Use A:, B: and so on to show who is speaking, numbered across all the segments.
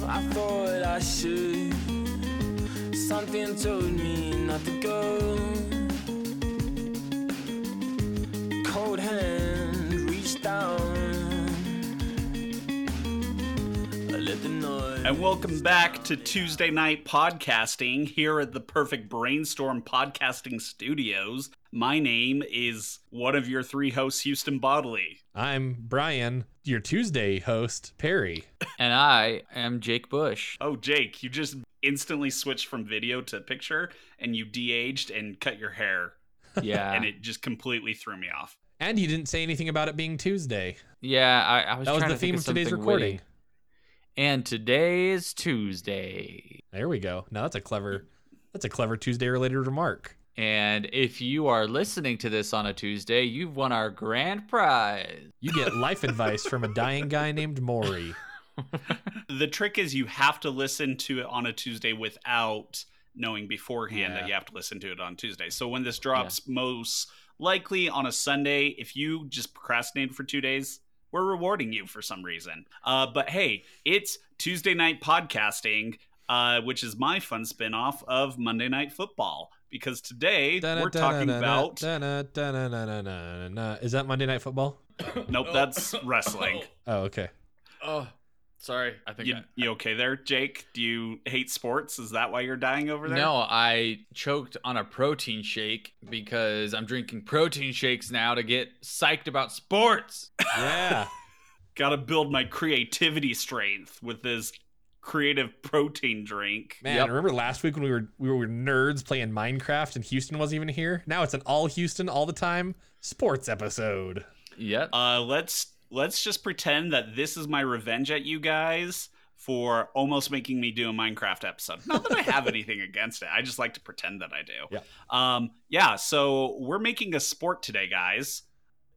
A: what I should. Something told me not to go. Cold hand reached down. I let the noise.
B: And welcome back to Tuesday Night Podcasting here at the Perfect Brainstorm Podcasting Studios. My name is one of your three hosts, Houston Bodley.
C: I'm Brian, your Tuesday host, Perry.
D: And I am Jake Bush.
B: Oh, Jake, you just instantly switched from video to picture and you de aged and cut your hair,
D: Yeah.
B: and it just completely threw me off.
C: And he didn't say anything about it being Tuesday.
D: yeah, I, I was
C: That was
D: trying
C: the
D: to think
C: theme of today's
D: something
C: recording.
D: witty. And today is Tuesday.
C: There we go. Now that's a clever that's a clever Tuesday related remark.
D: And if you are listening to this on a Tuesday, you've won our grand prize.
C: You get life advice from a dying guy named Maury.
B: The trick is you have to listen to it on a Tuesday without knowing beforehand
C: Yeah.
B: that you have to listen to it on Tuesday. So when this drops, most likely on a Sunday, if you just procrastinated for two days, we're rewarding you for some reason. Uh, but hey, it's Tuesday night podcasting, uh, which is my fun spinoff of Monday Night Football. Because today we're talking about
C: Is that Monday Night Football?
B: nope, that's wrestling.
C: Oh, okay.
E: Oh, sorry. I think
B: You,
E: I,
B: you okay there, Jake? Do you hate sports? Is that why you're dying over there?
E: no, I choked on a protein shake because I'm drinking protein shakes now to get psyched about sports.
C: Yeah.
B: gotta build my creativity strength with this creative protein drink.
C: Man,
E: Yep.
C: remember last week when we were we were nerds playing Minecraft and Houston wasn't even here? Now it's an all Houston all the time sports episode.
E: Yep.
B: Uh, let's let's just pretend that this is my revenge at you guys for almost making me do a Minecraft episode. Not that I have anything against it. I just like to pretend that I do.
C: Yeah.
B: Um, yeah, so we're making a sport today, guys.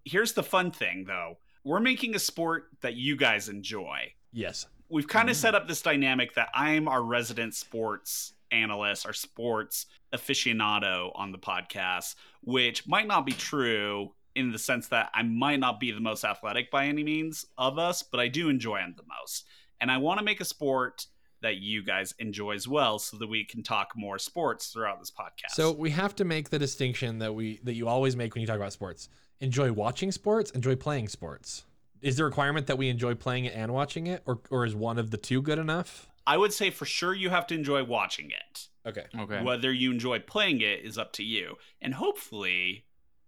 B: Here's the fun thing though. We're making a sport that you guys enjoy.
C: Yes.
B: we've kind of set up this dynamic that I'm our resident sports analyst, our sports aficionado on the podcast, which might not be true in the sense that I might not be the most athletic by any means of us, but I do enjoy them the most. And I want to make a sport that you guys enjoy as well so that we can talk more sports throughout this podcast.
C: So we have to make the distinction that we that you always make when you talk about sports. Enjoy watching sports, enjoy playing sports. Is the requirement that we enjoy playing it and watching it, or or is one of the two good enough?
B: I would say for sure you have to enjoy watching it.
C: Okay.
E: okay.
B: Whether you enjoy playing it is up to you. And hopefully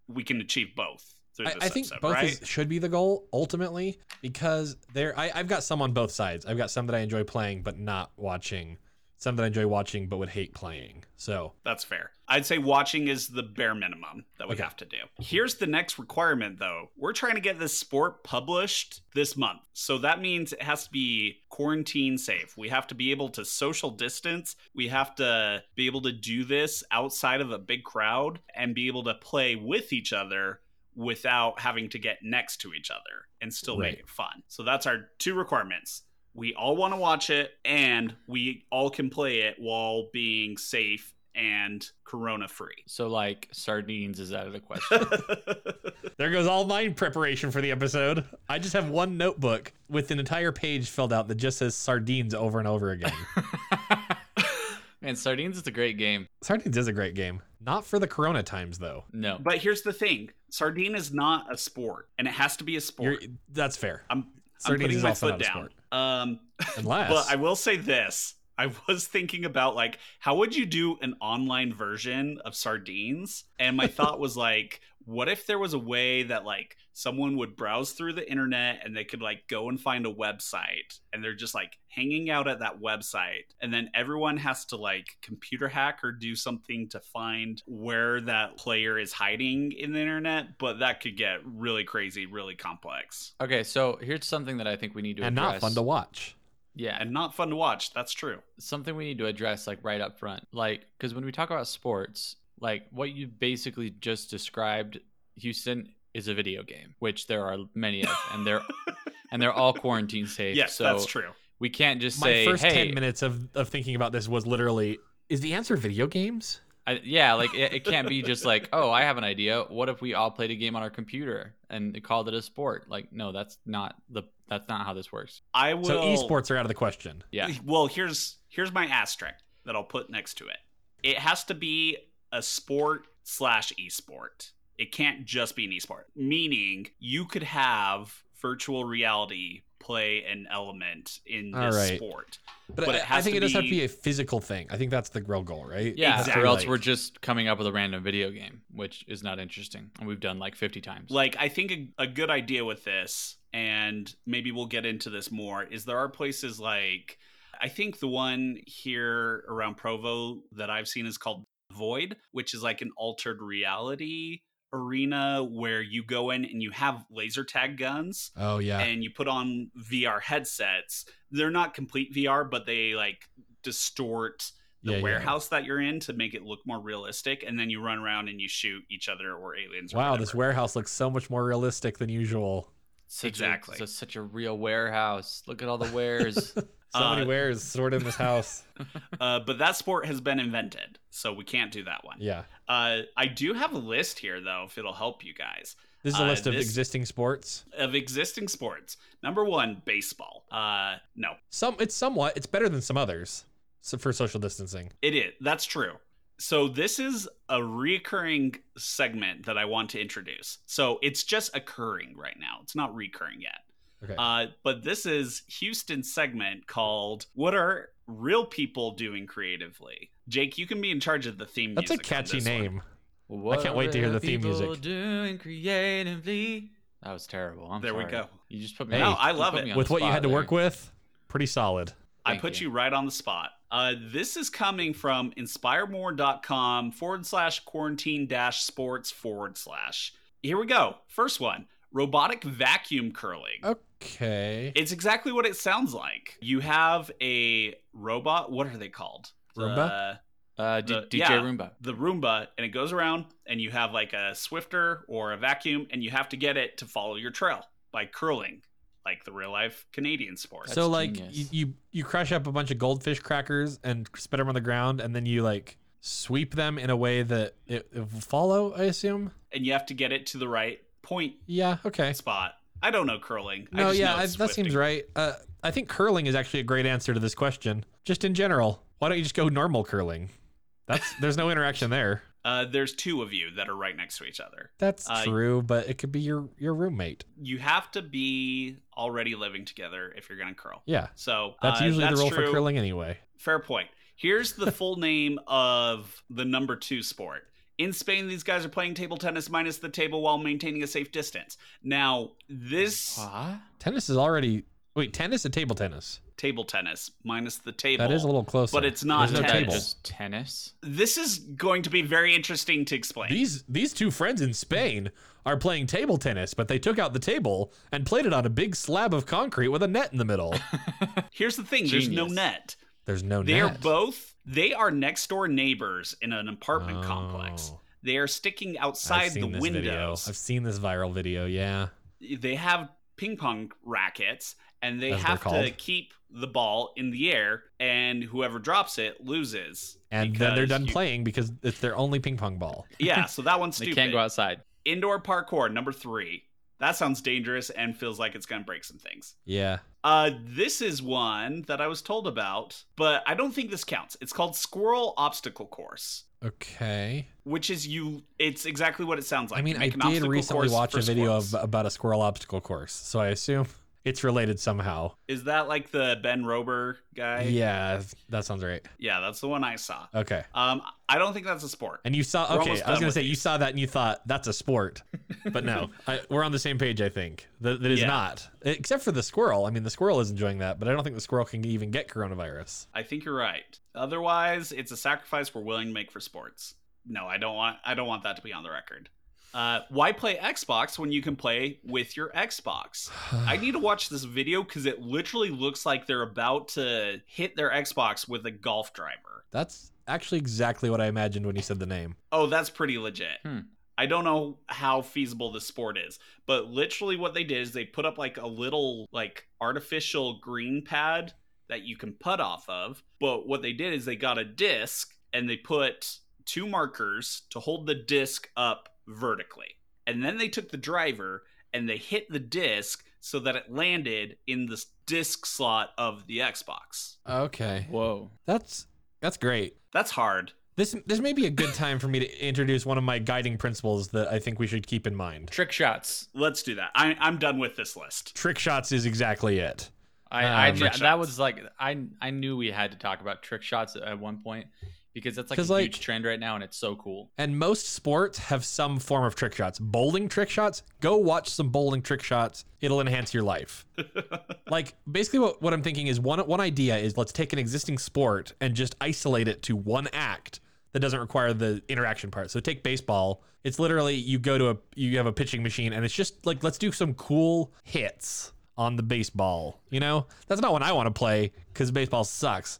B: we can achieve both. Through
C: I,
B: this
C: I think
B: episode,
C: both
B: right?
C: is, should be the goal ultimately because there I, I've got some on both sides. I've got some that I enjoy playing but not watching, some that I enjoy watching but would hate playing. So
B: That's fair. I'd say watching is the bare minimum that we
C: Okay.
B: have to do. Here's the next requirement, though. We're trying to get this sport published this month. So that means it has to be quarantine safe. We have to be able to social distance. We have to be able to do this outside of a big crowd and be able to play with each other without having to get next to each other and still
C: Right.
B: make it fun. So that's our two requirements we all want to watch it and we all can play it while being safe and corona free.
D: So, like, sardines is out of the question.
B: I
C: There goes all my preparation for the episode. I just have one notebook with an entire page filled out that just says sardines over and over again.
D: Man, sardines is a great game.
C: sardines is a great game. Not for the corona times though.
D: No.
B: but here's the thing, sardine is not a sport and it has to be a
C: You're,
B: sport.
C: that's fair.
B: I'm, I'm
C: Sardines
B: putting
C: is
B: my
C: also
B: foot
C: not a
B: down.
C: sport.
B: Um
C: Unless
B: But I will say this. I was thinking about like how would you do an online version of sardines? And my thought was like, what if there was a way that like someone would browse through the internet and they could like go and find a website and they're just like hanging out at that website and then everyone has to like computer hack or do something to find where that player is hiding in the internet, but that could get really crazy, really complex.
D: Okay, so here's something that I think we need to
C: and not
D: address.
C: fun to watch.
D: Yeah,
B: And not fun to watch, that's true.
D: something we need to address like right up front like because when we talk about sports like what you basically just described houston is a video game which there are many of and they're and they're all quarantine safe
B: Yes,
D: so
B: that's true.
D: we can't just
C: My
D: say
C: first
D: hey
C: ten minutes of, of thinking about this was literally is the answer video games?
D: I, yeah, like it, it can't be just like, oh, I have an idea. What if we all played a game on our computer and called it a sport? Like, no, that's not the that's not how this works.
B: I will.
C: So esports are out of the question.
D: Yeah.
B: Well, here's here's my asterisk that I'll put next to it. It has to be a sport slash esport. It can't just be an esport. Meaning, you could have virtual reality play an element in
C: All
B: this
C: right.
B: sport.
C: But,
B: But
C: I,
B: it has
C: I think
B: to
C: it does have to
B: be-
C: be a physical thing. I think that's the real goal, right?
D: Yeah,
B: Exactly.
D: or else we're
C: Like-
D: just coming up with a random video game, which is not interesting, and we've done like fifty times.
B: Like, I think a, a good idea with this, and maybe we'll get into this more, is there are places like I think the one here around Provo that I've seen is called Void, which is like an altered reality arena where you go in and you have laser tag guns
C: Oh yeah.
B: and you put on VR headsets. They're not complete VR, but they like distort the
C: Yeah, yeah.
B: warehouse that you're in to make it look more realistic and then you run around and you shoot each other or aliens or
C: Wow, this
B: whatever.
C: warehouse looks so much more realistic than usual.
D: Such a-
B: exactly.
D: it's a- such a real warehouse. Look at all the wares.
C: So
B: Uh,
C: many wares stored in this house.
B: Uh, but that sport has been invented, so we can't do that one.
C: yeah.
B: Uh, I do have a list here, though, if it'll help you guys,
C: This is a
B: Uh,
C: list of
B: this-
C: existing sports.
B: of existing sports. Number one, baseball. Uh, no,
C: Some it's somewhat it's better than some others. So for social distancing.
B: it is. That's true. So this is a recurring segment that I want to introduce. So it's just occurring right now. It's not recurring yet.
C: Okay.
B: Uh, but this is Houston's segment called "What Are Real People Doing Creatively." Jake, you can be in charge of the theme.
C: That's a
B: music on
C: catchy
B: this one.
C: name.
D: What
C: can't wait to hear
D: are
C: the theme
D: people
C: music.
D: Doing creatively. That was terrible. I'm
B: There we
D: sorry.
B: go.
D: You just put me.
C: Hey,
D: on-
B: No, I
D: you
B: love
D: put
B: it.
D: me on
C: With
D: the
C: what you
D: spot
C: had to
D: there.
C: work with, pretty solid.
B: I
D: Thank
B: put you.
D: you.
B: right on the spot. Uh, this is coming from inspiremore.com forward slash quarantine dash sports forward slash. Here we go. First one robotic vacuum curling.
C: Oh. Okay.
B: It's exactly what it sounds like. You have a robot. What are they called?
C: Roomba?
B: The-
D: Uh, D-
B: The-
D: DJ
B: yeah.
D: Roomba.
B: the Roomba, and it goes around, and you have like a swifter or a vacuum, and you have to get it to follow your trail by curling, like the real life Canadian sport.
D: That's
C: so like you,
D: genius.
C: you you crush up a bunch of goldfish crackers and spit them on the ground and then you like sweep them in a way that it, it will follow, I assume.
B: and you have to get it to the right point
C: Yeah, okay.
B: spot. I don't know curling. I
C: No,
B: just
C: yeah,
B: know
C: I,
B: it's
C: that seems
B: swifting.
C: right. Uh, I think curling is actually a great answer to this question. Just in general, why don't you just go normal curling? That's there's no interaction there.
B: Uh, there's two of you that are right next to each other.
C: That's
B: Uh,
C: true, but it could be your your roommate.
B: You have to be already living together if you're going to curl.
C: Yeah,
B: So
C: that's
B: uh,
C: usually
B: that's
C: the rule
B: true.
C: for curling anyway.
B: Fair point. Here's the full name of the number two sport. In Spain, these guys are playing table tennis minus the table while maintaining a safe distance. Now, this
D: What?
C: Tennis is already wait tennis and table tennis.
B: table tennis minus the table.
C: That is a little closer,
B: But it's not
C: There's no
D: Isn't that
C: table.
D: just tennis?
B: This is going to be very interesting to explain.
C: These these two friends in Spain are playing table tennis, but they took out the table and played it on a big slab of concrete with a net in the middle.
B: Here's the thing there's no
D: Genius.
B: net.
C: There's no
B: They are
C: net.
B: both they are next door neighbors in an apartment complex.
C: Oh.
B: They are sticking
C: I've
B: outside the
C: seen this video.
B: windows.
C: I've seen this viral video. Yeah.
B: They have ping pong rackets and they
C: As they're
B: have to
C: called.
B: keep the ball in the air and whoever drops it loses.
C: and then they're
B: because
C: done
B: you-
C: playing because it's their only ping pong ball.
B: Yeah, so that one's
D: They
B: stupid.
D: can't go outside.
B: Indoor parkour number 3. That sounds dangerous and feels like it's going to break some things.
C: Yeah.
B: Uh, this is one that I was told about, but I don't think this counts. It's called Squirrel Obstacle Course.
C: Okay.
B: which is you it's exactly what it sounds like
C: I mean,
B: You
C: I
B: make an
C: did
B: obstacle
C: recently
B: course
C: watch
B: for
C: a video
B: squirrels.
C: of, about a squirrel obstacle course, so I assume it's related somehow.
B: is that like the ben rober guy
C: yeah, that sounds right.
B: Yeah, that's the one i saw
C: Okay.
B: um i don't think that's a sport
C: And you saw.
B: We're
C: Okay,
B: almost
C: I
B: done
C: was gonna
B: with
C: say you saw that and you thought that's a sport, but no, I, we're on the same page. I think that, that is
B: Yeah.
C: not, except for the squirrel. I mean, the squirrel is enjoying that, but I don't think the squirrel can even get coronavirus.
B: i think you're right otherwise it's a sacrifice we're willing to make for sports no i don't want i don't want that to be on the record uh, why play xbox when you can play with your xbox I need to watch this video because it literally looks like they're about to hit their Xbox with a golf driver.
C: that's actually exactly what I imagined when you said the name.
B: Oh, that's pretty legit.
D: Hmm.
B: I don't know how feasible the sport is, but literally what they did is they put up like a little like artificial green pad that you can putt off of. But what they did is they got a disc and they put two markers to hold the disc up vertically. And then they took the driver and they hit the disc so that it landed in the s- disc slot of the Xbox.
C: Okay.
D: Whoa.
C: That's that's great.
B: That's hard.
C: This this may be a good time for me to introduce one of my guiding principles that I think we should keep in mind.
E: Trick shots.
B: Let's do that. I, I'm done with this list.
C: Trick shots is exactly it.
D: I,
C: Um,
D: I
B: Trick
D: that
B: shots.
D: was like I I knew we had to talk about trick shots at one point because that's like a
C: 'Cause, like-
D: huge trend right now and it's so cool.
C: And most sports have some form of trick shots. Bowling trick shots, go watch some bowling trick shots. It'll enhance your life. like basically what, what I'm thinking is one one idea is let's take an existing sport and just isolate it to one act that doesn't require the interaction part. So take baseball. It's literally you go to a you have a pitching machine and it's just like let's do some cool hits on the baseball. You know? That's not what I want to play cuz baseball sucks.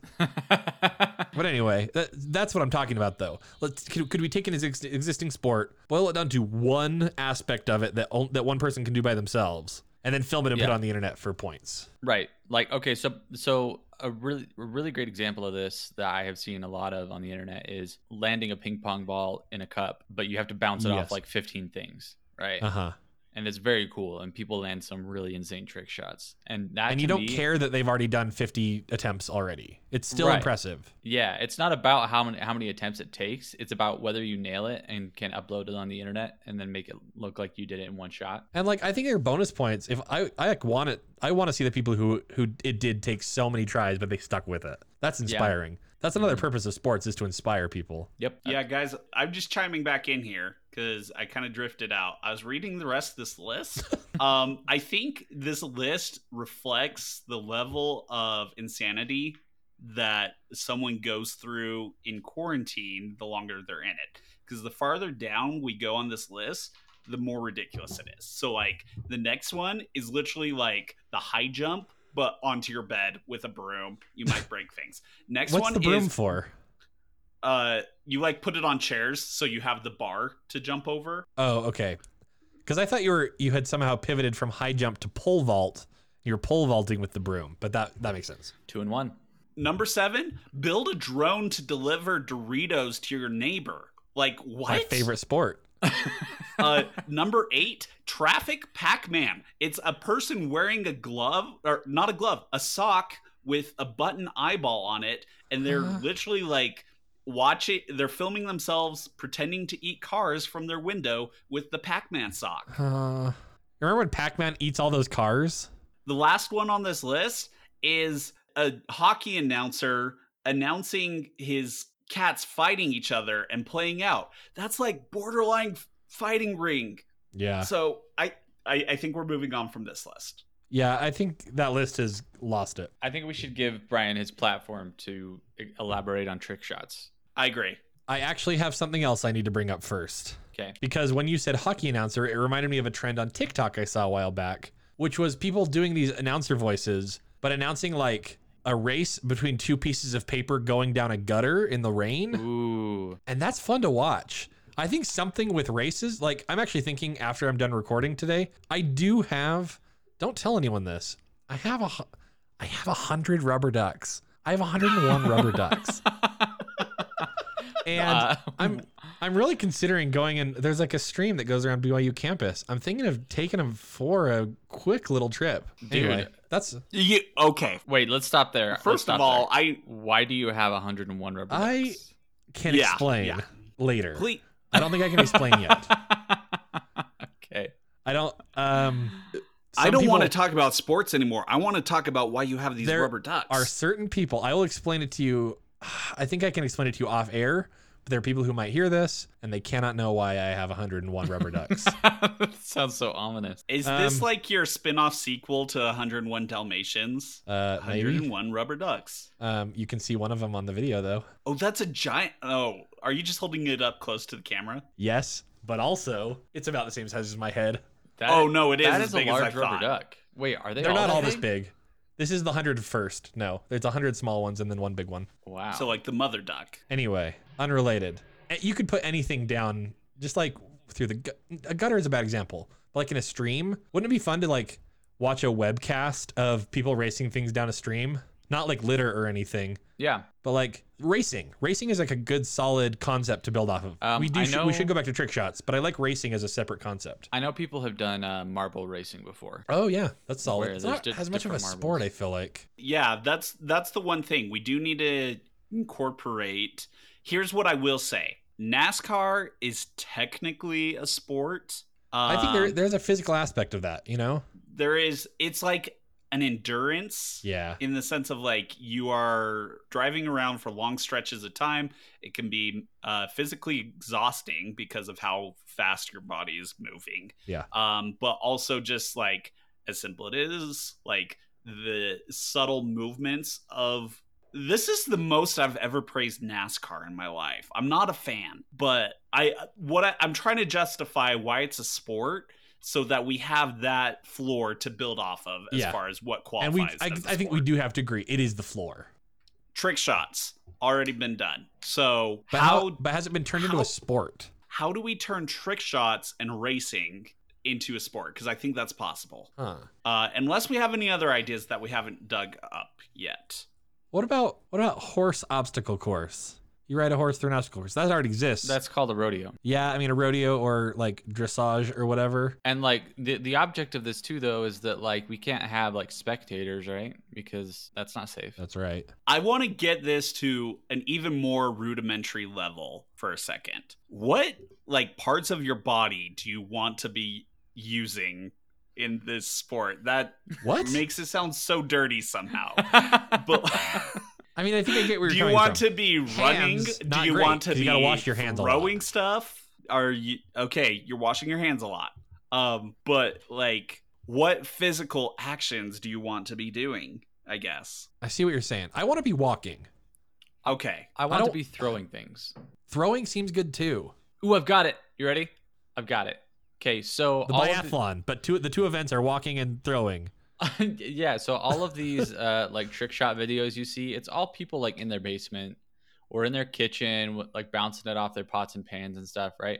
C: But anyway, that, that's what I'm talking about, though. Let's could, could we take an ex- existing sport, boil it down to one aspect of it that on, that one person can do by themselves, and then film it and put it
D: Yeah.
C: on the internet for points?
D: Right. Like okay, so so a really a really great example of this that I have seen a lot of on the internet is landing a ping pong ball in a cup, but you have to bounce it
C: Yes.
D: off like 15 things, right?
C: Uh huh.
D: And it's very cool and people land some really insane trick shots. And that
C: And you
D: to
C: don't
D: me-
C: care that they've already done 50 attempts already. It's still
D: Right.
C: impressive.
D: Yeah, it's not about how many how many attempts it takes. It's about whether you nail it and can upload it on the internet and then make it look like you did it in one shot.
C: And like, I think your bonus points. If I I like want it, I want to see the people who who it did take so many tries, but they stuck with it. That's inspiring. That's another purpose of sports is to inspire people.
D: Yep.
B: Yeah, guys, I'm just chiming back in here because I kind of drifted out. I was reading the rest of this list. um, I think this list reflects the level of insanity that someone goes through in quarantine the longer they're in it. Because the farther down we go on this list, the more ridiculous it is. So, like, the next one is literally like the high jump, but onto your bed with a broom. You might break things. Next
C: What's
B: one
C: the broom
B: is
C: for?
B: uh you like put it on chairs so you have the bar to jump over
C: Oh, okay. Because I thought you were you had somehow pivoted from high jump to pole vault. You're pole vaulting with the broom, but that that makes sense.
D: Two and one.
B: number seven build a drone to deliver doritos to your neighbor like what
C: My favorite sport.
B: uh number eight traffic pac-man it's a person wearing a glove or not a glove a sock with a button eyeball on it and they're
C: Huh.
B: literally like watching they're filming themselves pretending to eat cars from their window with the pac-man sock
C: Uh, remember when Pac-Man eats all those cars?
B: The last one on this list is a hockey announcer announcing his cats fighting each other and playing out. That's like borderline f- fighting ring.
C: Yeah.
B: So I, I I think we're moving on from this list.
C: Yeah, I think that list has lost it.
D: I think we should give Brian his platform to e- elaborate on trick shots.
B: I agree.
C: I actually have something else I need to bring up first.
D: Okay.
C: Because when you said hockey announcer, it reminded me of a trend on TikTok I saw a while back, which was people doing these announcer voices, but announcing like a race between two pieces of paper going down a gutter in the rain.
D: Ooh.
C: and that's fun to watch. I think something with races, like I'm actually thinking after I'm done recording today, I do have. Don't tell anyone this. I have a, hu- I have a hundred rubber ducks. I have 101 rubber ducks. And
D: Uh,
C: I'm I'm really considering going and there's like a stream that goes around BYU campus. I'm thinking of taking them for a quick little trip. Anyway,
D: Dude.
C: that's
B: You, okay.
D: Wait, let's stop there. Let's
B: First
D: stop
B: of all,
D: there.
B: I
D: why do you have 101 rubber
C: I-
D: ducks?
C: can
B: Yeah,
C: explain
B: yeah.
C: later.
B: please
C: I don't think I can explain yet.
D: okay.
C: I don't. Um,
B: I
C: some
B: don't want to
C: people-
B: talk about sports anymore. I want to talk about why you have these
C: There
B: rubber ducks.
C: are certain people i will explain it to you i think i can explain it to you off air but there are people who might hear this and they cannot know why i have 101 rubber ducks
D: sounds so ominous.
B: is this
C: um,
B: like your spin-off sequel to 101 Dalmatians?
C: uh, maybe
B: 101 rubber ducks.
C: um, you can see one of them on the video though
B: Oh, that's a giant. Oh, are you just holding it up close to the camera?
C: yes but also it's about the same size as my head
D: That,
B: oh no, it is
D: that
B: as
D: is
B: big
D: a large
B: as I
D: rubber
B: thought.
D: duck. Wait, are they
C: they're not
D: that
C: all this big this is the 101st no there's 100 small ones and then one big one
D: Wow.
B: So like the mother duck.
C: anyway unrelated Uh, you could put anything down just like through the gu- a gutter is a bad example but like in a stream wouldn't it be fun to like watch a webcast of people racing things down a stream Not like litter or anything,
D: Yeah.
C: but like racing. Racing is like a good solid concept to build off of.
D: Um,
C: we do
D: I
C: sh- we
D: know-
C: should go back to trick shots, but I like racing as a separate concept.
D: I know people have done uh, marble racing before.
C: Oh yeah, that's solid.
D: Where
C: It's
D: there's
C: not
D: di-
C: as much of a
D: different marbles.
C: sport, I feel like.
B: Yeah, that's that's the one thing we do need to incorporate. Here's what I will say: NASCAR is technically a sport. Um,
C: I think there, there's a physical aspect of that, you know?
B: there is. It's like an endurance
C: Yeah.
B: in the sense of like you are driving around for long stretches of time. It can be uh, physically exhausting because of how fast your body is moving.
C: Yeah.
B: Um, but also just like as simple it is, like the subtle movements of this is the most I've ever praised NASCAR in my life. I'm not a fan, but I what I, I'm trying to justify why it's a sport so that we have that floor to build off of as
C: Yeah.
B: far as what qualifies.
C: And we I,
B: as a
C: I think we
B: sport.
C: do have to agree it is the floor.
B: trick shots already been done. So
C: But how,
B: how
C: but has it been turned into
B: how-
C: a sport?
B: how do we turn trick shots and racing into a sport? Because I think that's possible.
C: Huh.
B: Uh, unless we have any other ideas that we haven't dug up yet.
C: What about what about horse obstacle course? You ride a horse through an obstacle course. That already exists.
D: That's called a rodeo.
C: yeah, I mean a rodeo or like dressage or whatever.
D: And like the the object of this too though is that like we can't have like spectators, right? Because that's not safe.
C: That's right.
B: I want to get this to an even more rudimentary level for a second. What like parts of your body do you want to be using in this sport? That
C: What?
B: makes it sound so dirty somehow. but
C: I mean, I think I get where you're
B: do you
C: coming
B: want
C: from.
B: to be running?
C: Hands,
B: do
C: not
B: you
C: great,
B: want to
C: 'cause
B: be
C: you gotta wash your hands a lot.
B: throwing stuff? Are you okay? You're washing your hands a lot. Um, but like, what physical actions do you want to be doing? I guess.
C: I see what you're saying. I want to be walking.
B: Okay.
D: I want to
C: don't-
D: be throwing things.
C: Throwing seems good too.
D: Ooh, I've got it. You ready? I've got it. Okay, so
C: The
D: all of the-
C: biathlon, but two the two events are walking and throwing.
D: yeah, so all of these uh, like trick shot videos you see, it's all people like in their basement or in their kitchen, with, like bouncing it off their pots and pans and stuff, right?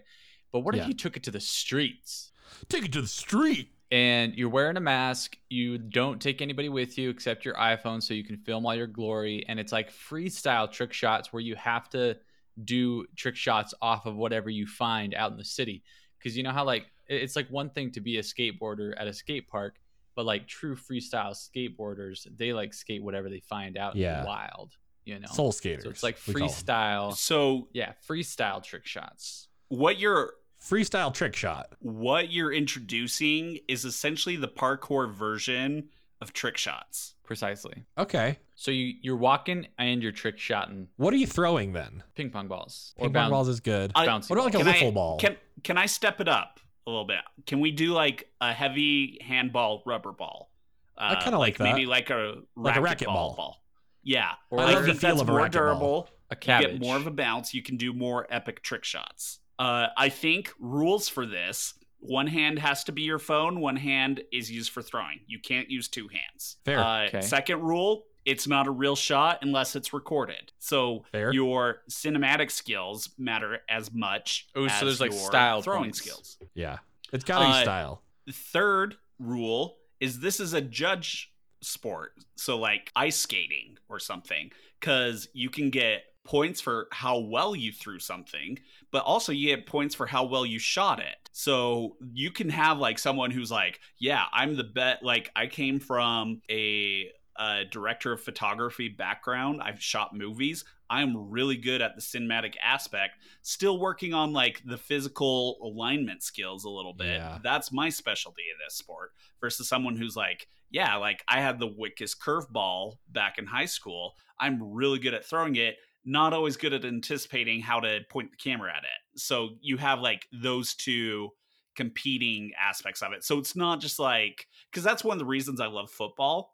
D: But what
C: Yeah.
D: if you took it to the streets
C: Take it to the street.
D: and you're wearing a mask, you don't take anybody with you except your iPhone so you can film all your glory, and it's like freestyle trick shots where you have to do trick shots off of whatever you find out in the city. Because you know how like it- it's like one thing to be a skateboarder at a skate park, but like true freestyle skateboarders, they like skate whatever they find out in
C: Yeah.
D: the wild, you know.
C: Soul skaters.
D: so it's like
C: we call them.
D: freestyle,
B: So
D: yeah, freestyle trick shots.
B: what you're
C: Freestyle trick shot.
B: what you're introducing is essentially the parkour version of trick shots.
D: Precisely.
C: Okay.
D: So you you're walking and you're trick shotting
C: What are you throwing then?
D: ping pong balls
C: Ping pong
D: bound-
C: balls is good.
B: I-
D: bouncy
C: what about like a
B: Can I-
C: wiffle ball?
B: Can can I step it up a little bit? Can we do like a heavy handball rubber ball? Uh,
C: I kinda like that.
B: maybe like a
C: Like a
B: racquetball
C: racquetball.
B: ball. Yeah,
D: Or
C: I
B: I
C: love the
B: think
C: feel
B: that's
C: of a
B: more
C: racquetball.
B: durable.
D: a
B: You
D: cabbage.
B: get more of a bounce. You can do more epic trick shots. Uh, I think rules for this: one hand has to be your phone. One hand is used for throwing. You can't use two hands.
C: Fair.
B: Uh,
D: Okay.
B: Second rule: it's not a real shot unless it's recorded. So
C: Fair.
B: your cinematic skills matter as much
D: Oh, so
B: as
D: there's, like,
B: your
D: style
B: throwing
D: points.
B: skills.
C: yeah. It's gotta be
B: Uh,
C: style.
B: The third rule is this is a judge sport. So like ice skating or something cuz you can get points for how well you threw something, but also you get points for how well you shot it. So you can have like someone who's like, "Yeah, I'm the bet like I came from a a director of photography background. I've shot movies. I'm really good at the cinematic aspect. Still working on like the physical alignment skills a little bit.
C: Yeah.
B: That's my specialty in this sport versus someone who's like, yeah, like I had the wickest curveball back in high school. I'm really good at throwing it. Not always good at anticipating how to point the camera at it. So you have like those two competing aspects of it. So it's not just like because that's one of the reasons I love football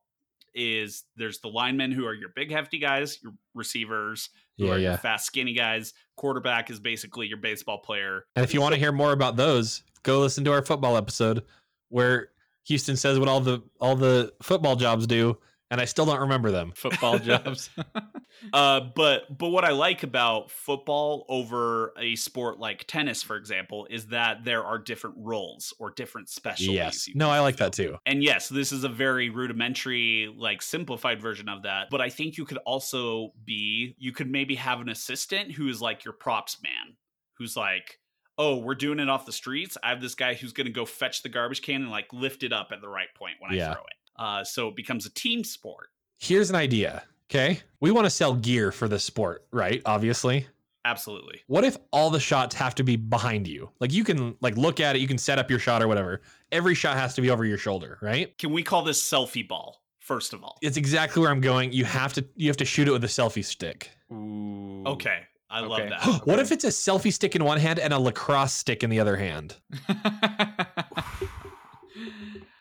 B: is there's the linemen who are your big hefty guys, your receivers who
C: Yeah,
B: are your
C: yeah.
B: fast skinny guys. Quarterback is basically your baseball player.
C: And if you want to hear more about those, go listen to our football episode where Houston says what all the all the football jobs do, and I still don't remember them.
D: football jobs.
B: Uh, but but what I like about football over a sport like tennis, for example, is that there are different roles or different specialties.
C: Yes.
B: you
C: No,
B: can
C: I like
B: fulfill.
C: that too.
B: And yes, this is a very rudimentary, like simplified version of that. But I think you could also be, you could maybe have an assistant who is like your props man, who's like, oh, we're doing it off the streets. I have this guy who's going to go fetch the garbage can and like lift it up at the right point when
C: Yeah.
B: I throw it. Uh, so it becomes a team sport.
C: Here's an idea. Okay. We want to sell gear for this sport, right? Obviously.
B: Absolutely.
C: What if all the shots have to be behind you? Like you can like look at it, you can set up your shot or whatever. Every shot has to be over your shoulder, right?
B: Can we call this selfie ball, first of all?
C: It's exactly where I'm going. You have to you have to shoot it with a selfie stick.
D: Ooh.
B: Okay. I
D: Okay.
B: love that.
C: What if it's a selfie stick in one hand and a lacrosse stick in the other hand?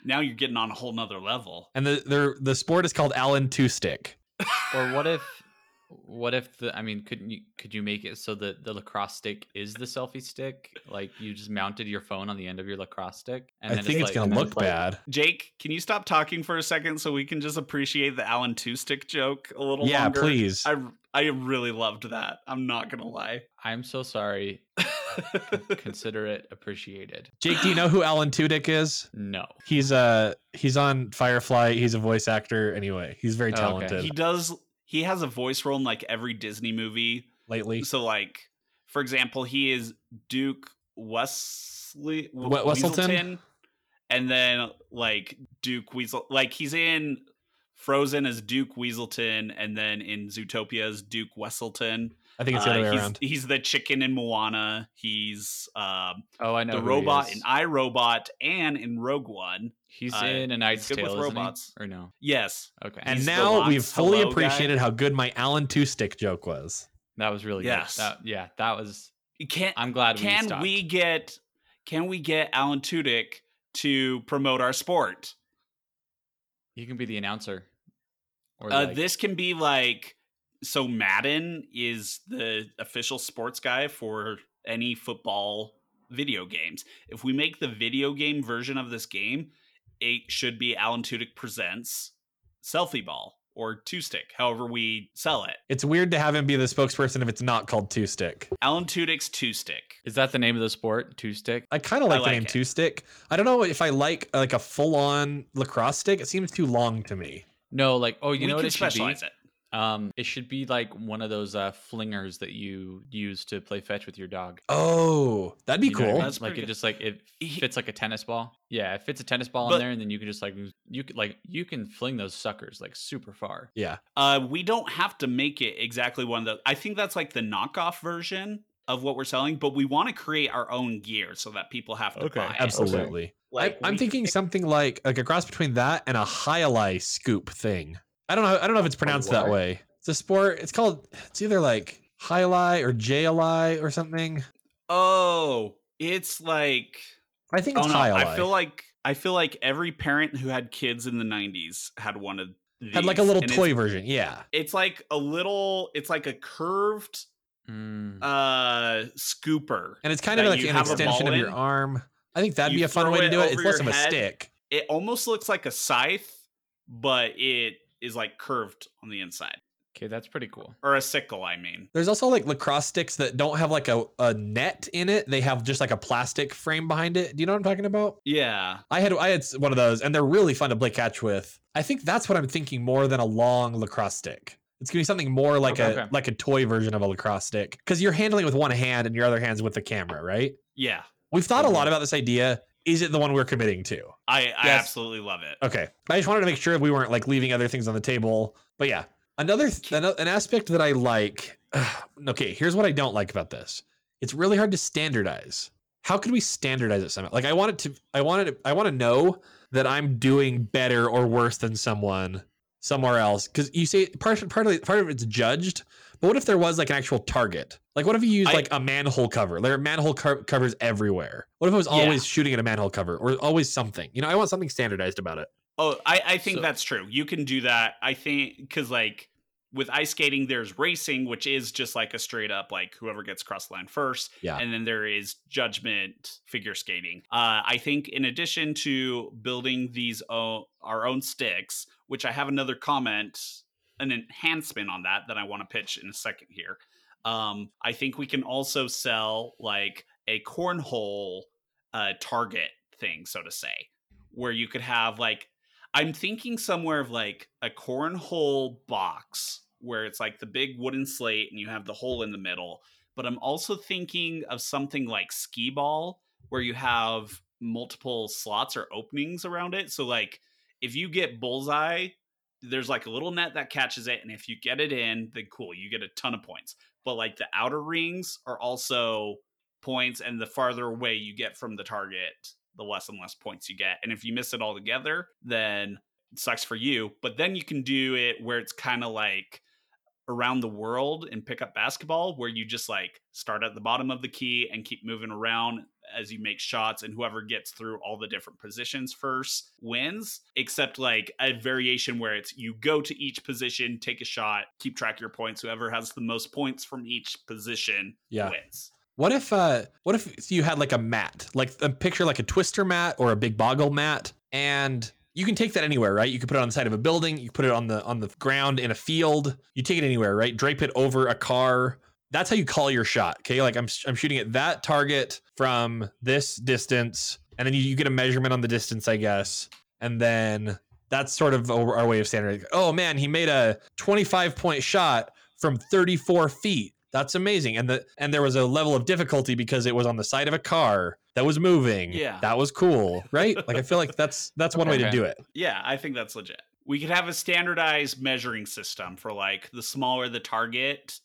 B: now you're getting on a whole nother level.
C: And the the, the sport is called Allen two stick.
D: Or what if what if the I mean couldn't you could you make it so that the lacrosse stick is the selfie stick? Like you just mounted your phone on the end of your lacrosse stick and
C: I think it's
D: like-
C: gonna
D: and then
C: look
D: like-
C: bad.
B: Jake, can you stop talking for a second so we can just appreciate the Alan Two Stick joke a little
C: Yeah,
B: longer?
C: please.
B: I I really loved that. I'm not gonna lie.
D: I'm so sorry. Consider it appreciated.
C: Jake, do you know who Alan Tudyk is?
D: No.
C: He's uh he's on Firefly. He's a voice actor. Anyway, he's very
D: Oh, okay.
C: talented
B: he does. He has a voice role in like every Disney movie.
C: lately.
B: So like, for example, he is Duke Wesley
C: We- Wesselton?
B: Weaselton, and then like Duke Weasel. Like he's in Frozen as Duke Weaselton, and then in Zootopia as Duke Wesselton.
C: I think it's the
B: Uh,
C: other way
B: he's,
C: around.
B: he's the chicken in Moana. He's um,
D: Oh, I know.
B: the
D: who he
B: robot
D: is.
B: in iRobot and in Rogue One.
D: He's
B: uh,
D: in a Knight's
B: good
D: Tale.
B: with
D: isn't he?
B: robots.
D: Or no?
B: Yes,
D: Okay.
C: And
B: he's the
C: now we've
B: Lox
C: fully
B: Hello guy.
C: appreciated how good my Alan Two Stick joke was.
D: that was really
B: Yes.
D: good. That, yeah, that was.
B: can
D: I'm glad we
B: can
D: stopped.
B: we get can we get Alan Tudyk to promote our sport?
D: You can be the announcer. Or
B: Uh,
D: like-
B: this can be like so. Madden is the official sports guy for any football video games. If we make the video game version of this game, it should be Alan Tudyk presents selfie ball or two stick, however we sell it.
C: It's weird to have him be the spokesperson if it's not called Two Stick.
B: Alan Tudyk's two stick.
D: Is that the name of the sport? Two stick.
C: I kind of like,
B: like
C: the name
B: it.
C: Two Stick. I don't know if I like like a full on lacrosse stick. It seems too long to me.
D: No, like oh, you
B: we
D: know
B: can
D: what it should be.
B: specialize it.
D: Um, it should be like one of those uh, flingers that you use to play fetch with your dog.
C: Oh, that'd be
D: You know what I
C: cool.
D: mean?
B: That's
D: like
B: pretty
D: it
B: good.
D: just like it
B: He-
D: fits like a tennis ball. Yeah, it fits a tennis ball
B: But-
D: in there, and then you can just like you could like you can fling those suckers like super far.
C: Yeah.
B: Uh, we don't have to make it exactly one of those. I think that's like the knockoff version of what we're selling, but we want to create our own gear so that people have to buy. it.
C: Absolutely.
B: Like,
C: I, am
B: we
C: thinking
B: think-
C: something like like a cross between that and a highlight scoop thing. I don't know. I don't know if it's pronounced that
D: what?
C: way. It's a sport. It's called. It's either like highlight or JLI or something.
B: Oh, it's like
C: I think
B: oh
C: it's
B: no,
C: highlight.
B: I feel like I feel like every parent who had kids in the '90s had one of these.
C: had like a little
B: and
C: toy
B: It's,
C: version. Yeah.
B: it's like a little. It's like a curved
D: Mm.
B: uh scooper.
C: And it's kind
B: that
C: of like
B: you
C: an
B: have a
C: extension
B: ball
C: of your
B: in,
C: arm. I think that'd
B: you
C: be a fun
B: throw
C: way to
B: it
C: do it. It's
B: over
C: less
B: your
C: of a
B: head.
C: stick.
B: It almost looks like a scythe, but it is like curved on the inside.
D: Okay, that's pretty cool.
B: or a sickle i mean
C: There's also like lacrosse sticks that don't have like a, a net in it. They have just like a plastic frame behind it. Do you know what I'm talking about?
B: yeah
C: I had I had s- one of those, and they're really fun to play catch with. I think that's what I'm thinking more than a long lacrosse stick. It's gonna be something more like
D: Okay,
C: a
D: okay.
C: like a toy version of a lacrosse stick because you're handling it with one hand and your other hand's with the camera, right?
B: yeah
C: We've thought
D: Mm-hmm.
C: a lot about this idea. Is it the one we're committing to?
B: i i
D: Yes.
B: absolutely love it
C: Okay, I just wanted to make sure we weren't like leaving other things on the table. But yeah, another th- an, an aspect that I like. okay, here's what I don't like about this. It's really hard to standardize. How could we standardize it somehow? Like I wanted to, I wanted, to, I want to know that I'm doing better or worse than someone somewhere else. Because you say part, part of part of it's judged, but what if there was like an actual target? Like what if you use
B: I-
C: like a manhole cover? There are manhole co- covers everywhere. What if I was
B: Yeah.
C: always shooting at a manhole cover or always something? You know, I want something standardized about it.
B: oh i i think
D: So-
B: that's true you can do that i think because like with ice skating, there's racing, which is just like a straight up like whoever gets across the line first.
C: Yeah.
B: And then there is judgment figure skating. Uh, I think in addition to building these o- our own sticks, which I have another comment, an enhancement on that that I want to pitch in a second here. Um, I think we can also sell like a cornhole uh, target thing, so to say, where you could have like I'm thinking somewhere of like a cornhole box where it's like the big wooden slate and you have the hole in the middle. But I'm also thinking of something like skee ball where you have multiple slots or openings around it. So like if you get bullseye, there's like a little net that catches it, and if you get it in, then cool, you get a ton of points. But like the outer rings are also points, and the farther away you get from the target, the less and less points you get. And if you miss it all together, then it sucks for you. But then you can do it where it's kind of like around the world and pick up basketball, where you just like start at the bottom of the key and keep moving around as you make shots, and whoever gets through all the different positions first wins, except like a variation where it's you go to each position, take a shot, keep track of your points. Whoever has the most points from each position
C: Yeah.
B: wins.
C: What if uh what if you had like a mat? Like a picture like a twister mat or a big boggle mat and you can take that anywhere, right? You can put it on the side of a building, you put it on the on the ground in a field. You take it anywhere, right? Drape it over a car. That's how you call your shot. Okay? Like I'm sh- I'm shooting at that target from this distance and then you, you get a measurement on the distance, I guess. And then that's sort of our our way of standard. Oh man, he made a 25 point shot from 34 feet. That's amazing. And the and there was a level of difficulty because it was on the side of a car that was moving.
B: Yeah.
C: That was cool, right? Like I feel like that's that's one way to
D: Okay.
C: do it.
B: Yeah, I think that's legit. We could have a standardized measuring system for like the smaller the target,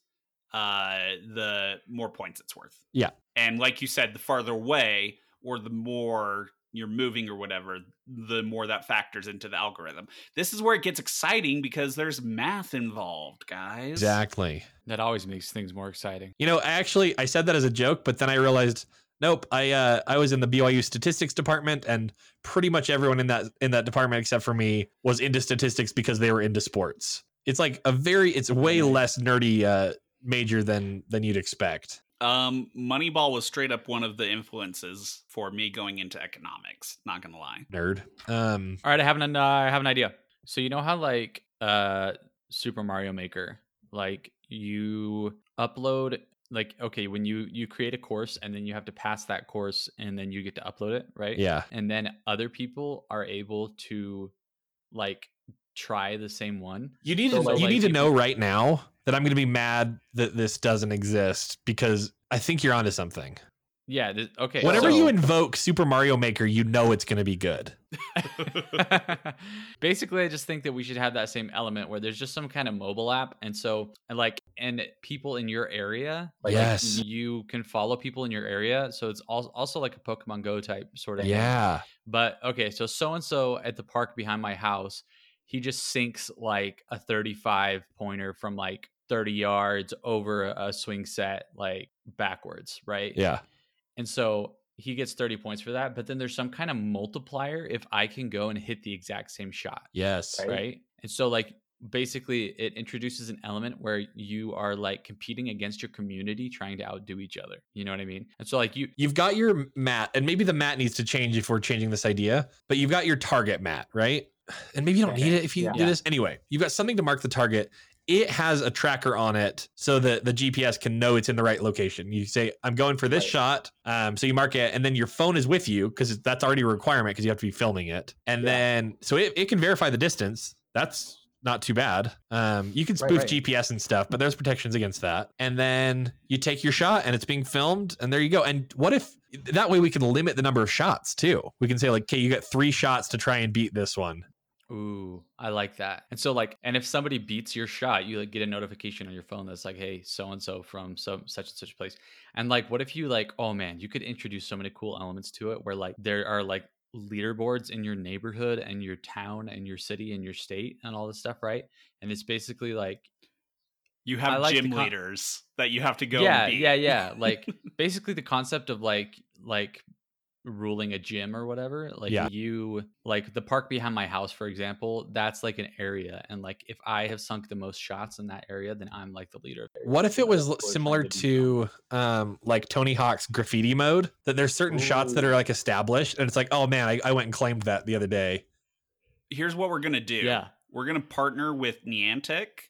B: uh, the more points it's worth.
C: Yeah.
B: And like you said, the farther away or the more you're moving or whatever, the more that factors into the algorithm. This is where it gets exciting because there's math involved, guys.
C: Exactly.
D: That always makes things more exciting.
C: You know, I actually I said that as a joke, but then I realized nope, I uh I was in the BYU statistics department and pretty much everyone in that in that department except for me was into statistics because they were into sports. It's like a very it's way less nerdy uh major than than you'd expect.
B: Um, Moneyball was straight up one of the influences for me going into economics. Not gonna lie.
C: Nerd. Um
D: All right, I have an uh, I have an idea. So you know how like uh Super Mario Maker, like you upload like okay when you you create a course and then you have to pass that course and then you get to upload it, right?
C: yeah.
D: And then other people are able to like try the same one.
C: You need to
D: So, like,
C: you
D: like,
C: need to know
D: people-
C: right now that I'm going to be mad that this doesn't exist because I think you're onto something.
D: Yeah. Th- okay.
C: Whenever
D: so-
C: you invoke Super Mario Maker, you know it's going to be good.
D: Basically, I just think that we should have that same element where there's just some kind of mobile app, and so and like and people in your area, like, like,
C: Yes.
D: you can follow people in your area. So it's also also like a Pokemon Go type sort of. thing.
C: Yeah.
D: But okay, so so and so at the park behind my house, he just sinks like a 35 pointer from like 30 yards over a a swing set, like backwards, right?
C: Yeah.
D: And so he gets 30 points for that. But then there's some kind of multiplier if I can go and hit the exact same shot,
C: Yes.
D: right? And so, like, basically, it introduces an element where you are like competing against your community trying to outdo each other. You know what I mean? And so, like, you,
C: You've got your mat, and maybe the mat needs to change if we're changing this idea, but you've got your target mat, right? And maybe you don't need it if you do
D: Yeah.
C: this. Anyway, you've got something to mark the target. It has a tracker on it so that the GPS can know it's in the right location. You say, I'm going for this shot. Um, so you mark it, and then your phone is with you because that's already a requirement because you have to be filming it. And then, so it, it can verify the distance. That's not too bad. Um, you can
F: Right,
C: spoof
F: right.
C: GPS and stuff, but there's protections against that. And then you take your shot and it's being filmed, and there you go. And what if that way we can limit the number of shots too? We can say, like, okay, you got three shots to try and beat this one.
D: ooh, I like that. And so, like, and if somebody beats your shot, you like get a notification on your phone that's like, hey, so and so from so such and such place. And like, what if you like, oh man, you could introduce so many cool elements to it where like there are like leaderboards in your neighborhood and your town and your city and your state and all this stuff, right? And it's basically like,
B: You
D: I
B: have
D: like the
B: gym
D: con-
B: leaders that you have to go.
D: yeah,
B: and beat.
D: yeah, yeah. Like basically the concept of like like ruling a gym or whatever like
C: Yeah.
D: you like the park behind my house for example that's like an area and like if i have sunk the most shots in that area then i'm like the leader of the area.
C: What if it
D: That's
C: was
D: what
C: l-
D: we're trying
C: similar
D: do now.
C: to um, like Tony Hawk's graffiti mode? That there's certain shots that
B: Ooh.
C: are like established, and it's like, oh man, I, I went and claimed that the other day.
B: Here's what we're gonna do.
D: yeah
B: We're gonna partner with Niantic,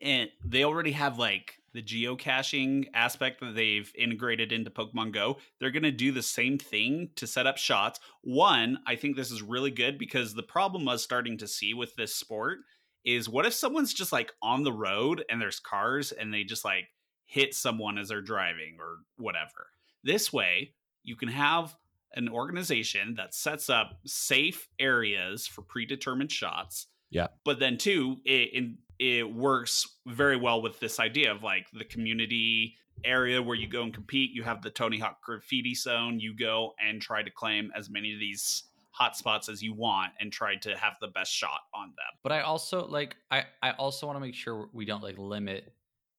B: and they already have like the geocaching aspect that they've integrated into Pokemon Go. They're gonna do the same thing to set up shots. One, I think this is really good because the problem I was starting to see with this sport is what if someone's just like on the road and there's cars and they just like hit someone as they're driving or whatever. This way, you can have an organization that sets up safe areas for predetermined shots.
C: Yeah.
B: But then too, it it, it works very well with this idea of like the community area where you go and compete. You have the Tony Hawk graffiti zone. You go and try to claim as many of these hotspots as you want and try to have the best shot on them.
D: but i also like i i also want to make sure we don't like limit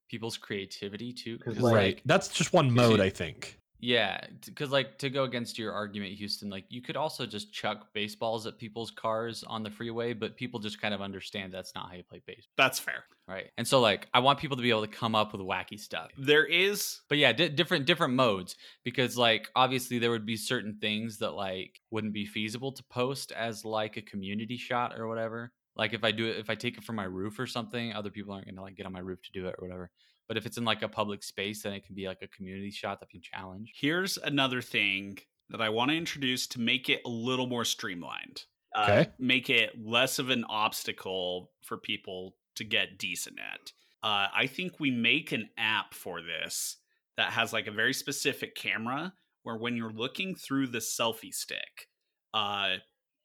D: people's creativity too
E: 'Cause,
D: because,
E: like-
D: like
C: That's just one
D: Because
C: mode,
D: you-
C: I think.
D: Yeah, because like to go against your argument, Houston, like you could also just chuck baseballs at people's cars on the freeway, but people just kind of understand that's not how you play baseball,
B: That's fair.
D: right? And so like I want people to be able to come up with wacky stuff.
B: There is
D: But yeah, di- different different modes because like obviously there would be certain things that like wouldn't be feasible to post as like a community shot or whatever. Like if I do it, if I take it from my roof or something, other people aren't gonna like get on my roof to do it or whatever. But if it's in like a public space, then it can be like a community shot that can challenge.
B: Here's another thing that I want to introduce to make it a little more streamlined.
C: Okay.
B: Make it less of an obstacle for people to get decent at. Uh, I think we make an app for this that has like a very specific camera where when you're looking through the selfie stick uh,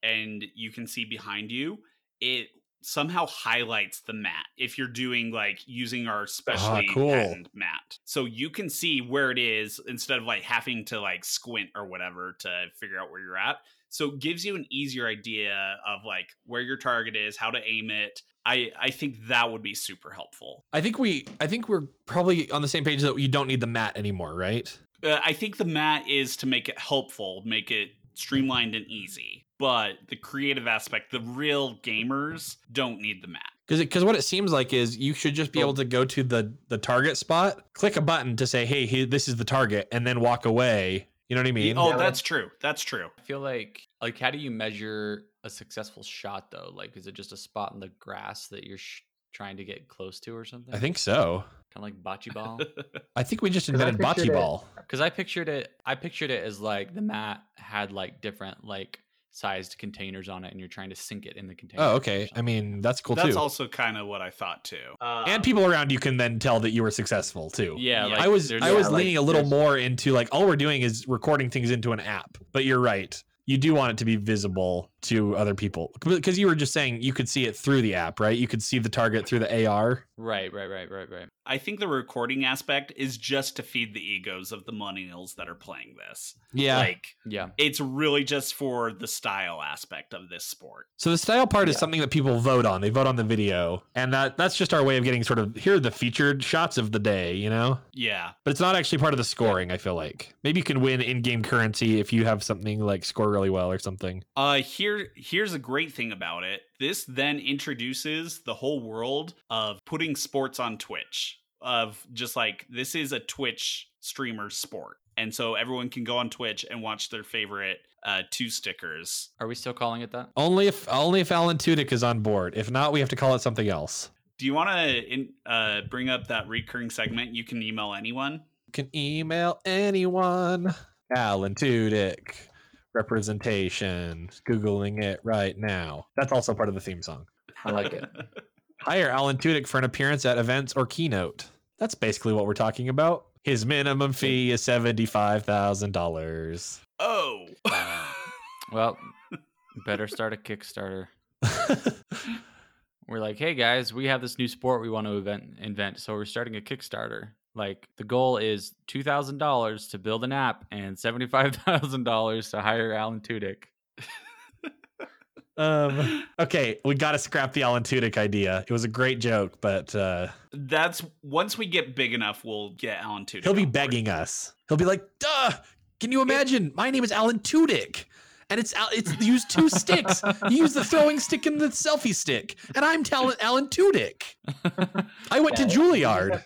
B: and you can see behind you, it somehow highlights the mat if you're doing like using our specially
C: cool.
B: patented mat. So you can see where it is instead of like having to like squint or whatever to figure out where you're at. So it gives you an easier idea of like where your target is, how to aim it. I I think that would be super helpful.
C: I think we, I think we're probably on the same page that you don't need the mat anymore, right?
B: Uh, I think the mat is to make it helpful, make it streamlined and easy. But the creative aspect, the real gamers don't need the mat.
C: Because because what it seems like is you should just be
D: Well-
C: able to go to the the target spot, click a button to say, hey, he, this is the target, and then walk away. You know what I mean?
B: Oh, that's true. That's true.
D: I feel like like how do you measure a successful shot though? Like is it just a spot in the grass that you're sh- trying to get close to or something?
C: I think so.
D: kind of like bocce ball.
C: I think we just
E: 'Cause I
C: invented bocce
E: pictured it-
C: ball.
D: Because I pictured it, I pictured it as like the mat had like different like sized containers on it, and you're trying to sink it in the container.
C: Oh,
D: or
C: okay. I
D: something.
C: mean, that's cool
B: That's
C: too.
B: also kind of what I thought too. Uh,
C: and people around you can then tell that you were successful too.
D: yeah,
B: Yeah.
D: like,
C: I was
D: there's-
C: I was
E: yeah, like,
C: leaning a little
E: there's-
C: more into like all we're doing is recording things into an app. But you're right. You do want it to be visible to other people because you were just saying you could see it through the app, right? You could see the target through the AR.
D: right, right, right, right, right.
B: I think the recording aspect is just to feed the egos of the millennials that are playing this.
C: Yeah.
B: Like
D: Yeah,
B: it's really just for the style aspect of this sport.
C: so the style part is something that people vote on. They vote on the video, and that that's just our way of getting sort of here are the featured shots of the day, you know.
B: Yeah.
C: But it's not actually part of the scoring. I feel like maybe you can win in-game currency if you have something like score really well or something.
B: Uh here here's a great thing about it. This then introduces the whole world of putting sports on Twitch. Of just like this is a Twitch streamer sport. And so everyone can go on Twitch and watch their favorite uh two stickers.
D: are we still calling it that?
C: Only if only if Alan Tudyk is on board. If not, we have to call it something else.
B: Do you want to uh, bring up that recurring segment? You can email anyone.
C: You can email anyone. Alan Tudyk representation. Googling it right now. That's also part of the theme song.
D: I like it.
C: Hire Alan Tudyk for an appearance at events or keynote. That's basically what we're talking about. His minimum fee is seventy-five thousand dollars.
B: Oh.
D: Well, better start a Kickstarter. we're like, hey guys, we have this new sport we want to event, invent, so we're starting a Kickstarter. Like the goal is two thousand dollars to build an app and seventy five thousand dollars to hire Alan Tudyk.
C: Um, okay, we got to scrap the Alan Tudyk idea. It was a great joke, but uh,
B: That's once we get big enough, we'll get Alan Tudyk.
C: he'll be
B: on board.
C: begging us. He'll be like, "Duh, Can you imagine? My name is Alan Tudyk, and it's Al- it's you use two sticks. You use the throwing stick and the selfie stick, and I'm Tal- Alan Tudyk. I went to Juilliard.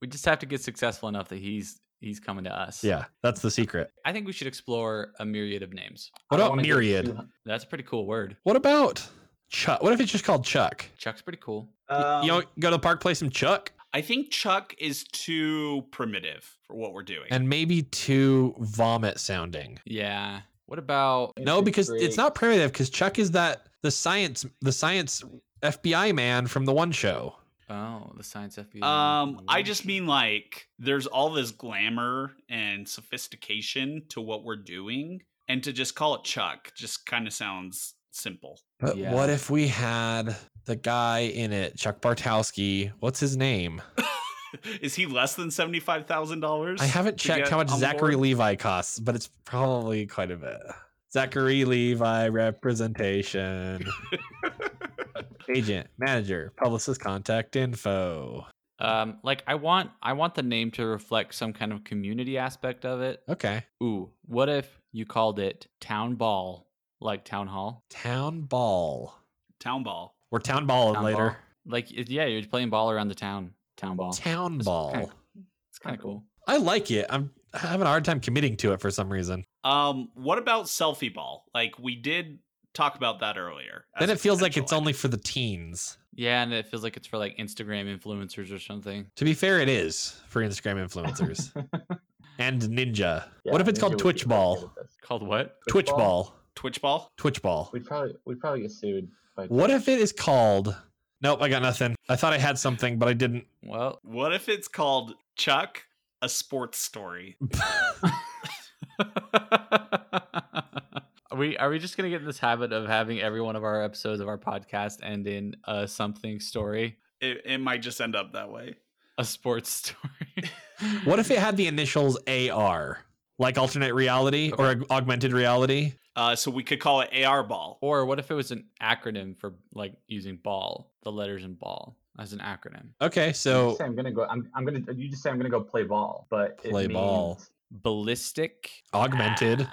D: we just have to get successful enough that he's he's coming to us.
C: Yeah, that's the secret.
D: I think we should explore a myriad of names.
C: What about myriad?
D: That's a pretty cool word.
C: What about Chuck? What if it's just called Chuck?
D: Chuck's pretty cool.
A: Um,
F: Um,
C: you don't go to the park, play some Chuck,
B: I think Chuck is too primitive for what we're doing.
C: and maybe too vomit sounding.
D: Yeah. What about
C: No, because it's not primitive. Because Chuck is that the science, the science FBI man from the one show.
D: oh the science FBI?
B: um, I just mean like there's all this glamour and sophistication to what we're doing, and to just call it Chuck just kind of sounds simple.
C: But
D: Yeah.
C: what if we had the guy in it, Chuck Bartowski? What's his name?
B: is he less than seventy five thousand dollars?
C: I haven't checked how much Zachary Levi costs, but it's probably quite a bit. Zachary Levi representation. Agent, manager, publicist contact info.
D: um like I want I want the name to reflect some kind of community aspect of it.
C: Okay.
D: Ooh, what if you called it town ball like town hall?
C: Town ball.
B: Town ball.
C: We're town balling
D: Town
C: later.
D: ball. Like it- yeah, you're playing ball around the town. Town ball.
C: Town ball.
D: Okay. It's kind of cool.
C: I like it. I'm having a hard time committing to it for some reason.
B: Um, what about selfie ball? Like we did talk about that earlier. as
C: then
B: a
C: it feels like
B: potential
C: it's only for the teens.
D: Yeah, and it feels like it's for like Instagram influencers or something.
C: To be fair, it is for Instagram influencers and Ninja.
F: Yeah,
C: what if it's
F: Ninja
C: called
F: would be
C: Twitch
F: really good
C: Ball?
F: at this.
D: Called what?
C: Twitch
F: Ball?
C: Ball.
B: Twitch ball.
C: Twitch Ball.
F: We'd probably we'd probably get sued. By
C: What if it is called? Nope, I got nothing. I thought I had something, but I didn't.
D: Well,
B: What if it's called Chuck, a sports story?
D: are we are we just gonna get in this habit of having every one of our episodes of our podcast end in a something story,
B: It, it might just end up that way.
D: a sports story?
C: What if it had the initials AR, like alternate reality or aug- augmented reality?
B: Uh, so we could call it AR ball.
D: or what if it was an acronym for like using ball, the letters in ball as an acronym?
C: Okay,
F: I'm
C: so
F: just saying I'm gonna go. I'm, I'm gonna. You just say I'm gonna go play ball, but it
C: Play ball.
F: means
D: Ballistic,
C: augmented,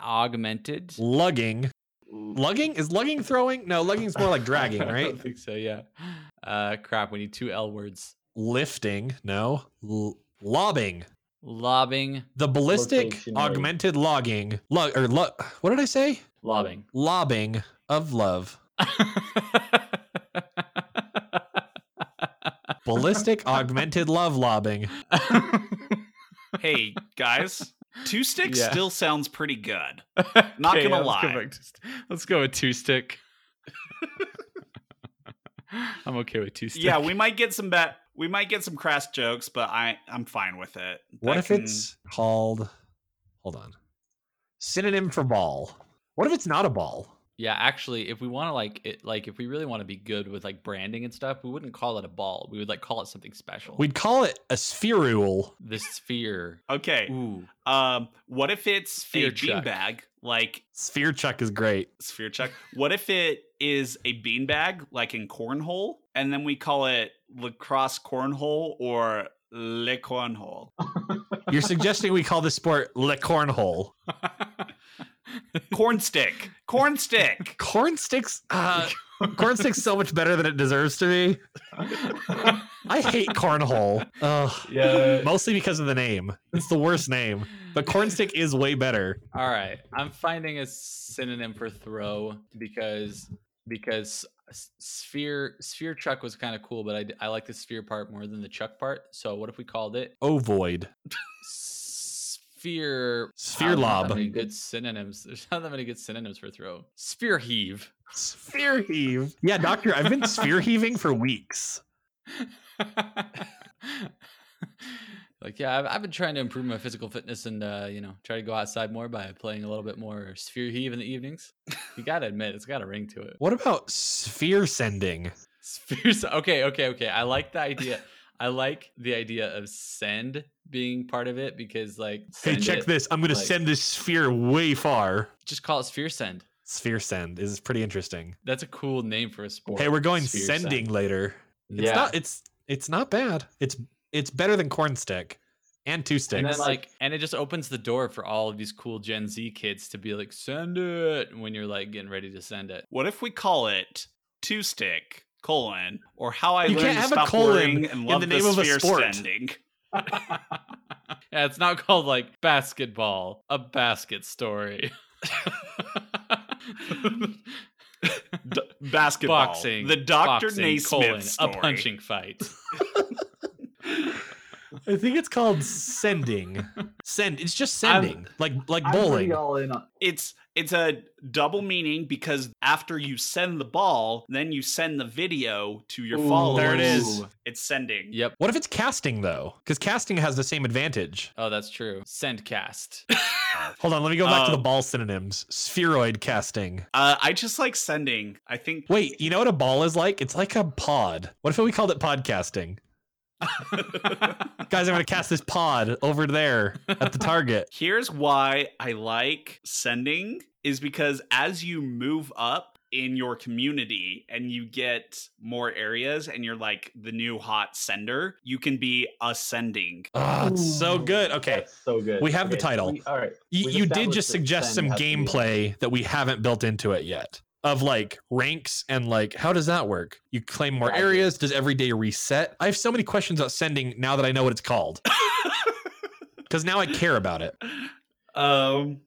D: ah, augmented.
C: lugging, lugging is lugging throwing? No, lugging's more like dragging,
D: I
C: right?
D: don't think so. Yeah. Uh, crap. We need two L words.
C: Lifting, no, L- lobbing.
D: Lobbing.
C: The ballistic
F: Locationary.
C: augmented logging, lug or lo- what did I say?
D: Lobbing.
C: Lobbing of love. Ballistic augmented love lobbing.
B: Hey, guys, two sticks
D: Yeah.
B: still sounds pretty good.
D: Not
B: gonna lie.
D: let's go with two stick. I'm okay with two stick.
B: Yeah, we might get some bad, we might get some crass jokes, but I I'm fine with it.
C: What
B: That
C: if
B: can-
C: it's called Hold on. Synonym for ball. What if it's not a ball?
D: yeah. Actually, if we want to like it, like if we really want to be good with like branding and stuff, we wouldn't call it a ball. We would like call it something special.
C: We'd call it a spherule.
D: the sphere.
B: okay?
D: Ooh,
B: Um, what if it's
D: Sphere
B: a
D: Chuck.
B: beanbag like
C: Sphere chuck is great.
B: sphere chuck? What if it is a beanbag like in cornhole, and then we call it lacrosse cornhole or le cornhole?
C: You're suggesting we call this sport le cornhole.
B: Corn stick, corn stick.
C: Corn sticks uh, corn sticks so much better than it deserves to be. I hate cornhole. Ugh.
D: yeah.
C: Mostly because of the name. It's the worst name. But cornstick is way better.
D: All right, I'm finding a synonym for throw because because s- sphere sphere chuck was kind of cool, but I d- I like the sphere part more than the chuck part. So what if we called it
C: Oh, Ovoid.
D: sphere?
C: Sphere
D: Wow, there's not
C: lob.
D: that many good synonyms. There's not that many good synonyms for throw. Sphere heave.
C: Sphere heave. Yeah, doctor, I've been sphere heaving for weeks.
D: like yeah, I've, I've been trying to improve my physical fitness and uh, you know try to go outside more by playing a little bit more sphere heave in the evenings. You gotta admit, it's got a ring to it.
C: What about sphere sending?
D: Spheres. Okay, okay, okay. I like the idea. I like the idea of send being part of it because like
C: Hey,
D: send
C: check
D: it-
C: this. I'm going to
D: like-
C: send this sphere way far.
D: Just call it sphere send.
C: Sphere send is pretty interesting.
D: That's a cool name for a sport.
C: Hey, we're going
D: Sphere
C: sending
D: send.
C: later. It's
D: yeah.
C: not it's it's not bad. It's it's better than cornstick. and two sticks.
D: And then
F: then, like-
D: like, and it just opens the door for all of these cool Gen Z kids to be like, send it when you're like getting ready to send it.
B: What if we call it two stick colon or how I
C: You
B: learned
C: can't
B: to
C: have a
B: stop
C: colon
B: worrying and
C: in
B: love
C: the name of a
B: sphere
C: sport.
B: standing?
D: yeah, it's not called like basketball, a basket story.
B: D- basketball,
D: boxing,
B: the Doctor
D: boxing,
B: Naismith
D: colon,
B: story.
D: a punching fight.
C: I think it's called sending. Send. It's just sending. like like
F: I'm pretty
C: bowling.
F: all in on.
B: It's it's a double meaning because after you send the ball, then you send the video to your
F: Ooh.
B: followers.
C: There it is.
B: It's sending.
D: yep.
C: What if it's casting though? Because casting has the same advantage.
D: Oh, that's true. Send cast.
C: Hold on, let me go back to the
B: Um,
C: ball synonyms. Spheroid casting.
B: Uh, I just like sending. I think
C: Wait, you know what a ball is like? It's like a pod. What if we called it podcasting? Guys, I'm gonna cast this pod over there at the target.
B: Here's why I like sending is because as you move up in your community and you get more areas and you're like the new hot sender, you can be ascending.
C: Oh, it's so
F: Ooh,
C: good. Okay.
F: That's so good.
C: We have the
F: Okay,
C: title.
F: we- all right.
C: You,
F: We've
C: you did
F: established
C: just
F: that
C: suggest
F: Sen
C: some
F: has to be in it.
C: gameplay that we haven't built into it yet of like ranks and like how does that work? You claim more
F: Exactly.
C: areas. Does every day reset? I have so many questions about sending now that I know what it's called. Because now I care about it.
B: Um,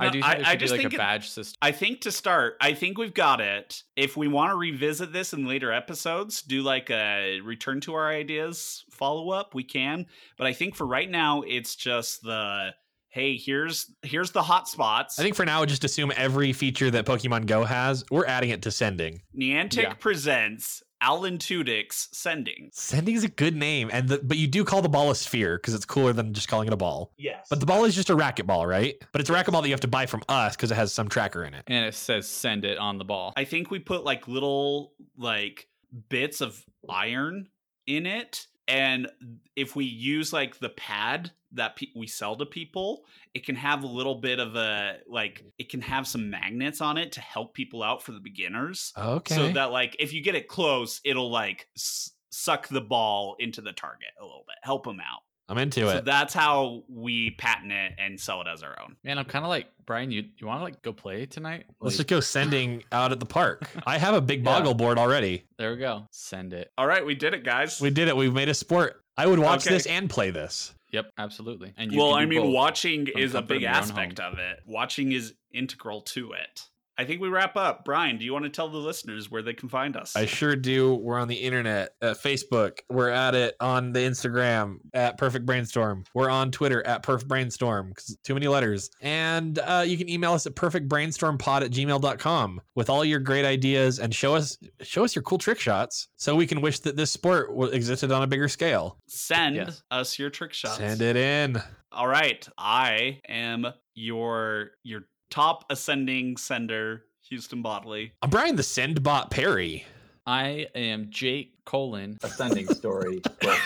D: I do think it should be like a
B: it-
D: badge system.
B: I think to start, I think we've got it. If we want to revisit this in later episodes, do like a return to our ideas follow up, we can. But I think for right now, it's just the hey, here's here's the hot spots.
C: I think for now, just assume every feature that Pokemon Go has, we're adding it to sending.
B: Niantic
D: Yeah.
B: presents Alan Tudyk's sending.
C: Sending is a good name, and the, but you do call the ball a sphere because it's cooler than just calling it a ball.
B: Yes.
C: But the ball is just a racquetball, right? But it's a racquetball that you have to buy from us because it has some tracker in it.
D: And it says send it on the ball.
B: I think we put like little like bits of iron in it and if we use like the pad that pe- we sell to people it can have a little bit of a like it can have some magnets on it to help people out for the beginners
C: Okay.
B: so that like if you get it close it'll like s- suck the ball into the target a little bit help them out
C: I'm into
B: so
C: it.
B: that's how we patent it and sell it as our own
D: Man, I'm kind of like Brian. You you want to like go play tonight?
C: Let's
D: Like,
C: just go sending out at the park. I have a big boggle board already.
D: there we go. Send it.
B: all right we did it guys
C: We did it. We've made a sport. I would watch
B: Okay.
C: this and play this.
D: Yep, absolutely. And
B: well,
D: can
B: I
D: do
B: mean,
D: both.
B: watching
D: from
B: is a
D: comfort
B: big
D: in your own
B: aspect of it. Watching is integral to it. I think we wrap up. Brian, do you want to tell the listeners where they can find us?
C: I sure do. We're on the internet, at Facebook. We're at it on the Instagram at Perfect Brainstorm. We're on Twitter at Perf Brainstorm because too many letters. And uh, you can email us at perfectbrainstormpod at gmail.com with all your great ideas and show us show us your cool trick shots so we can wish that this sport w- existed on a bigger scale.
B: Send
D: Yes.
B: us your trick shots.
C: Send it in.
B: All right. I am your your top ascending sender, Houston Bodley.
C: I'm Brian the Sendbot Perry.
D: I am Jake Colon.
F: Ascending story. Well,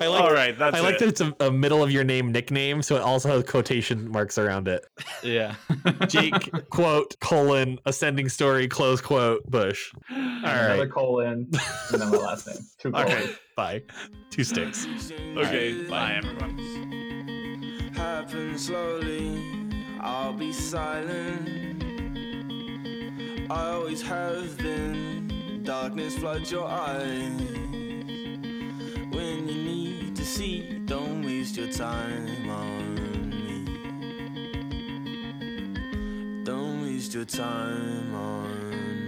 C: I like-
B: All right, that's
C: I like
B: it.
C: that it's a, a middle of your name nickname, so it also has quotation marks around it.
D: Yeah.
C: Jake quote colon ascending story close quote Bush. All
F: Another
C: right,
F: colon and then my last name. Two colons.
C: okay, bye. Two sticks.
B: Okay, bye everyone.
A: happen slowly. I'll be silent. I always have been. Darkness floods your eyes. When you need to see, don't waste your time on me. Don't waste your time on me.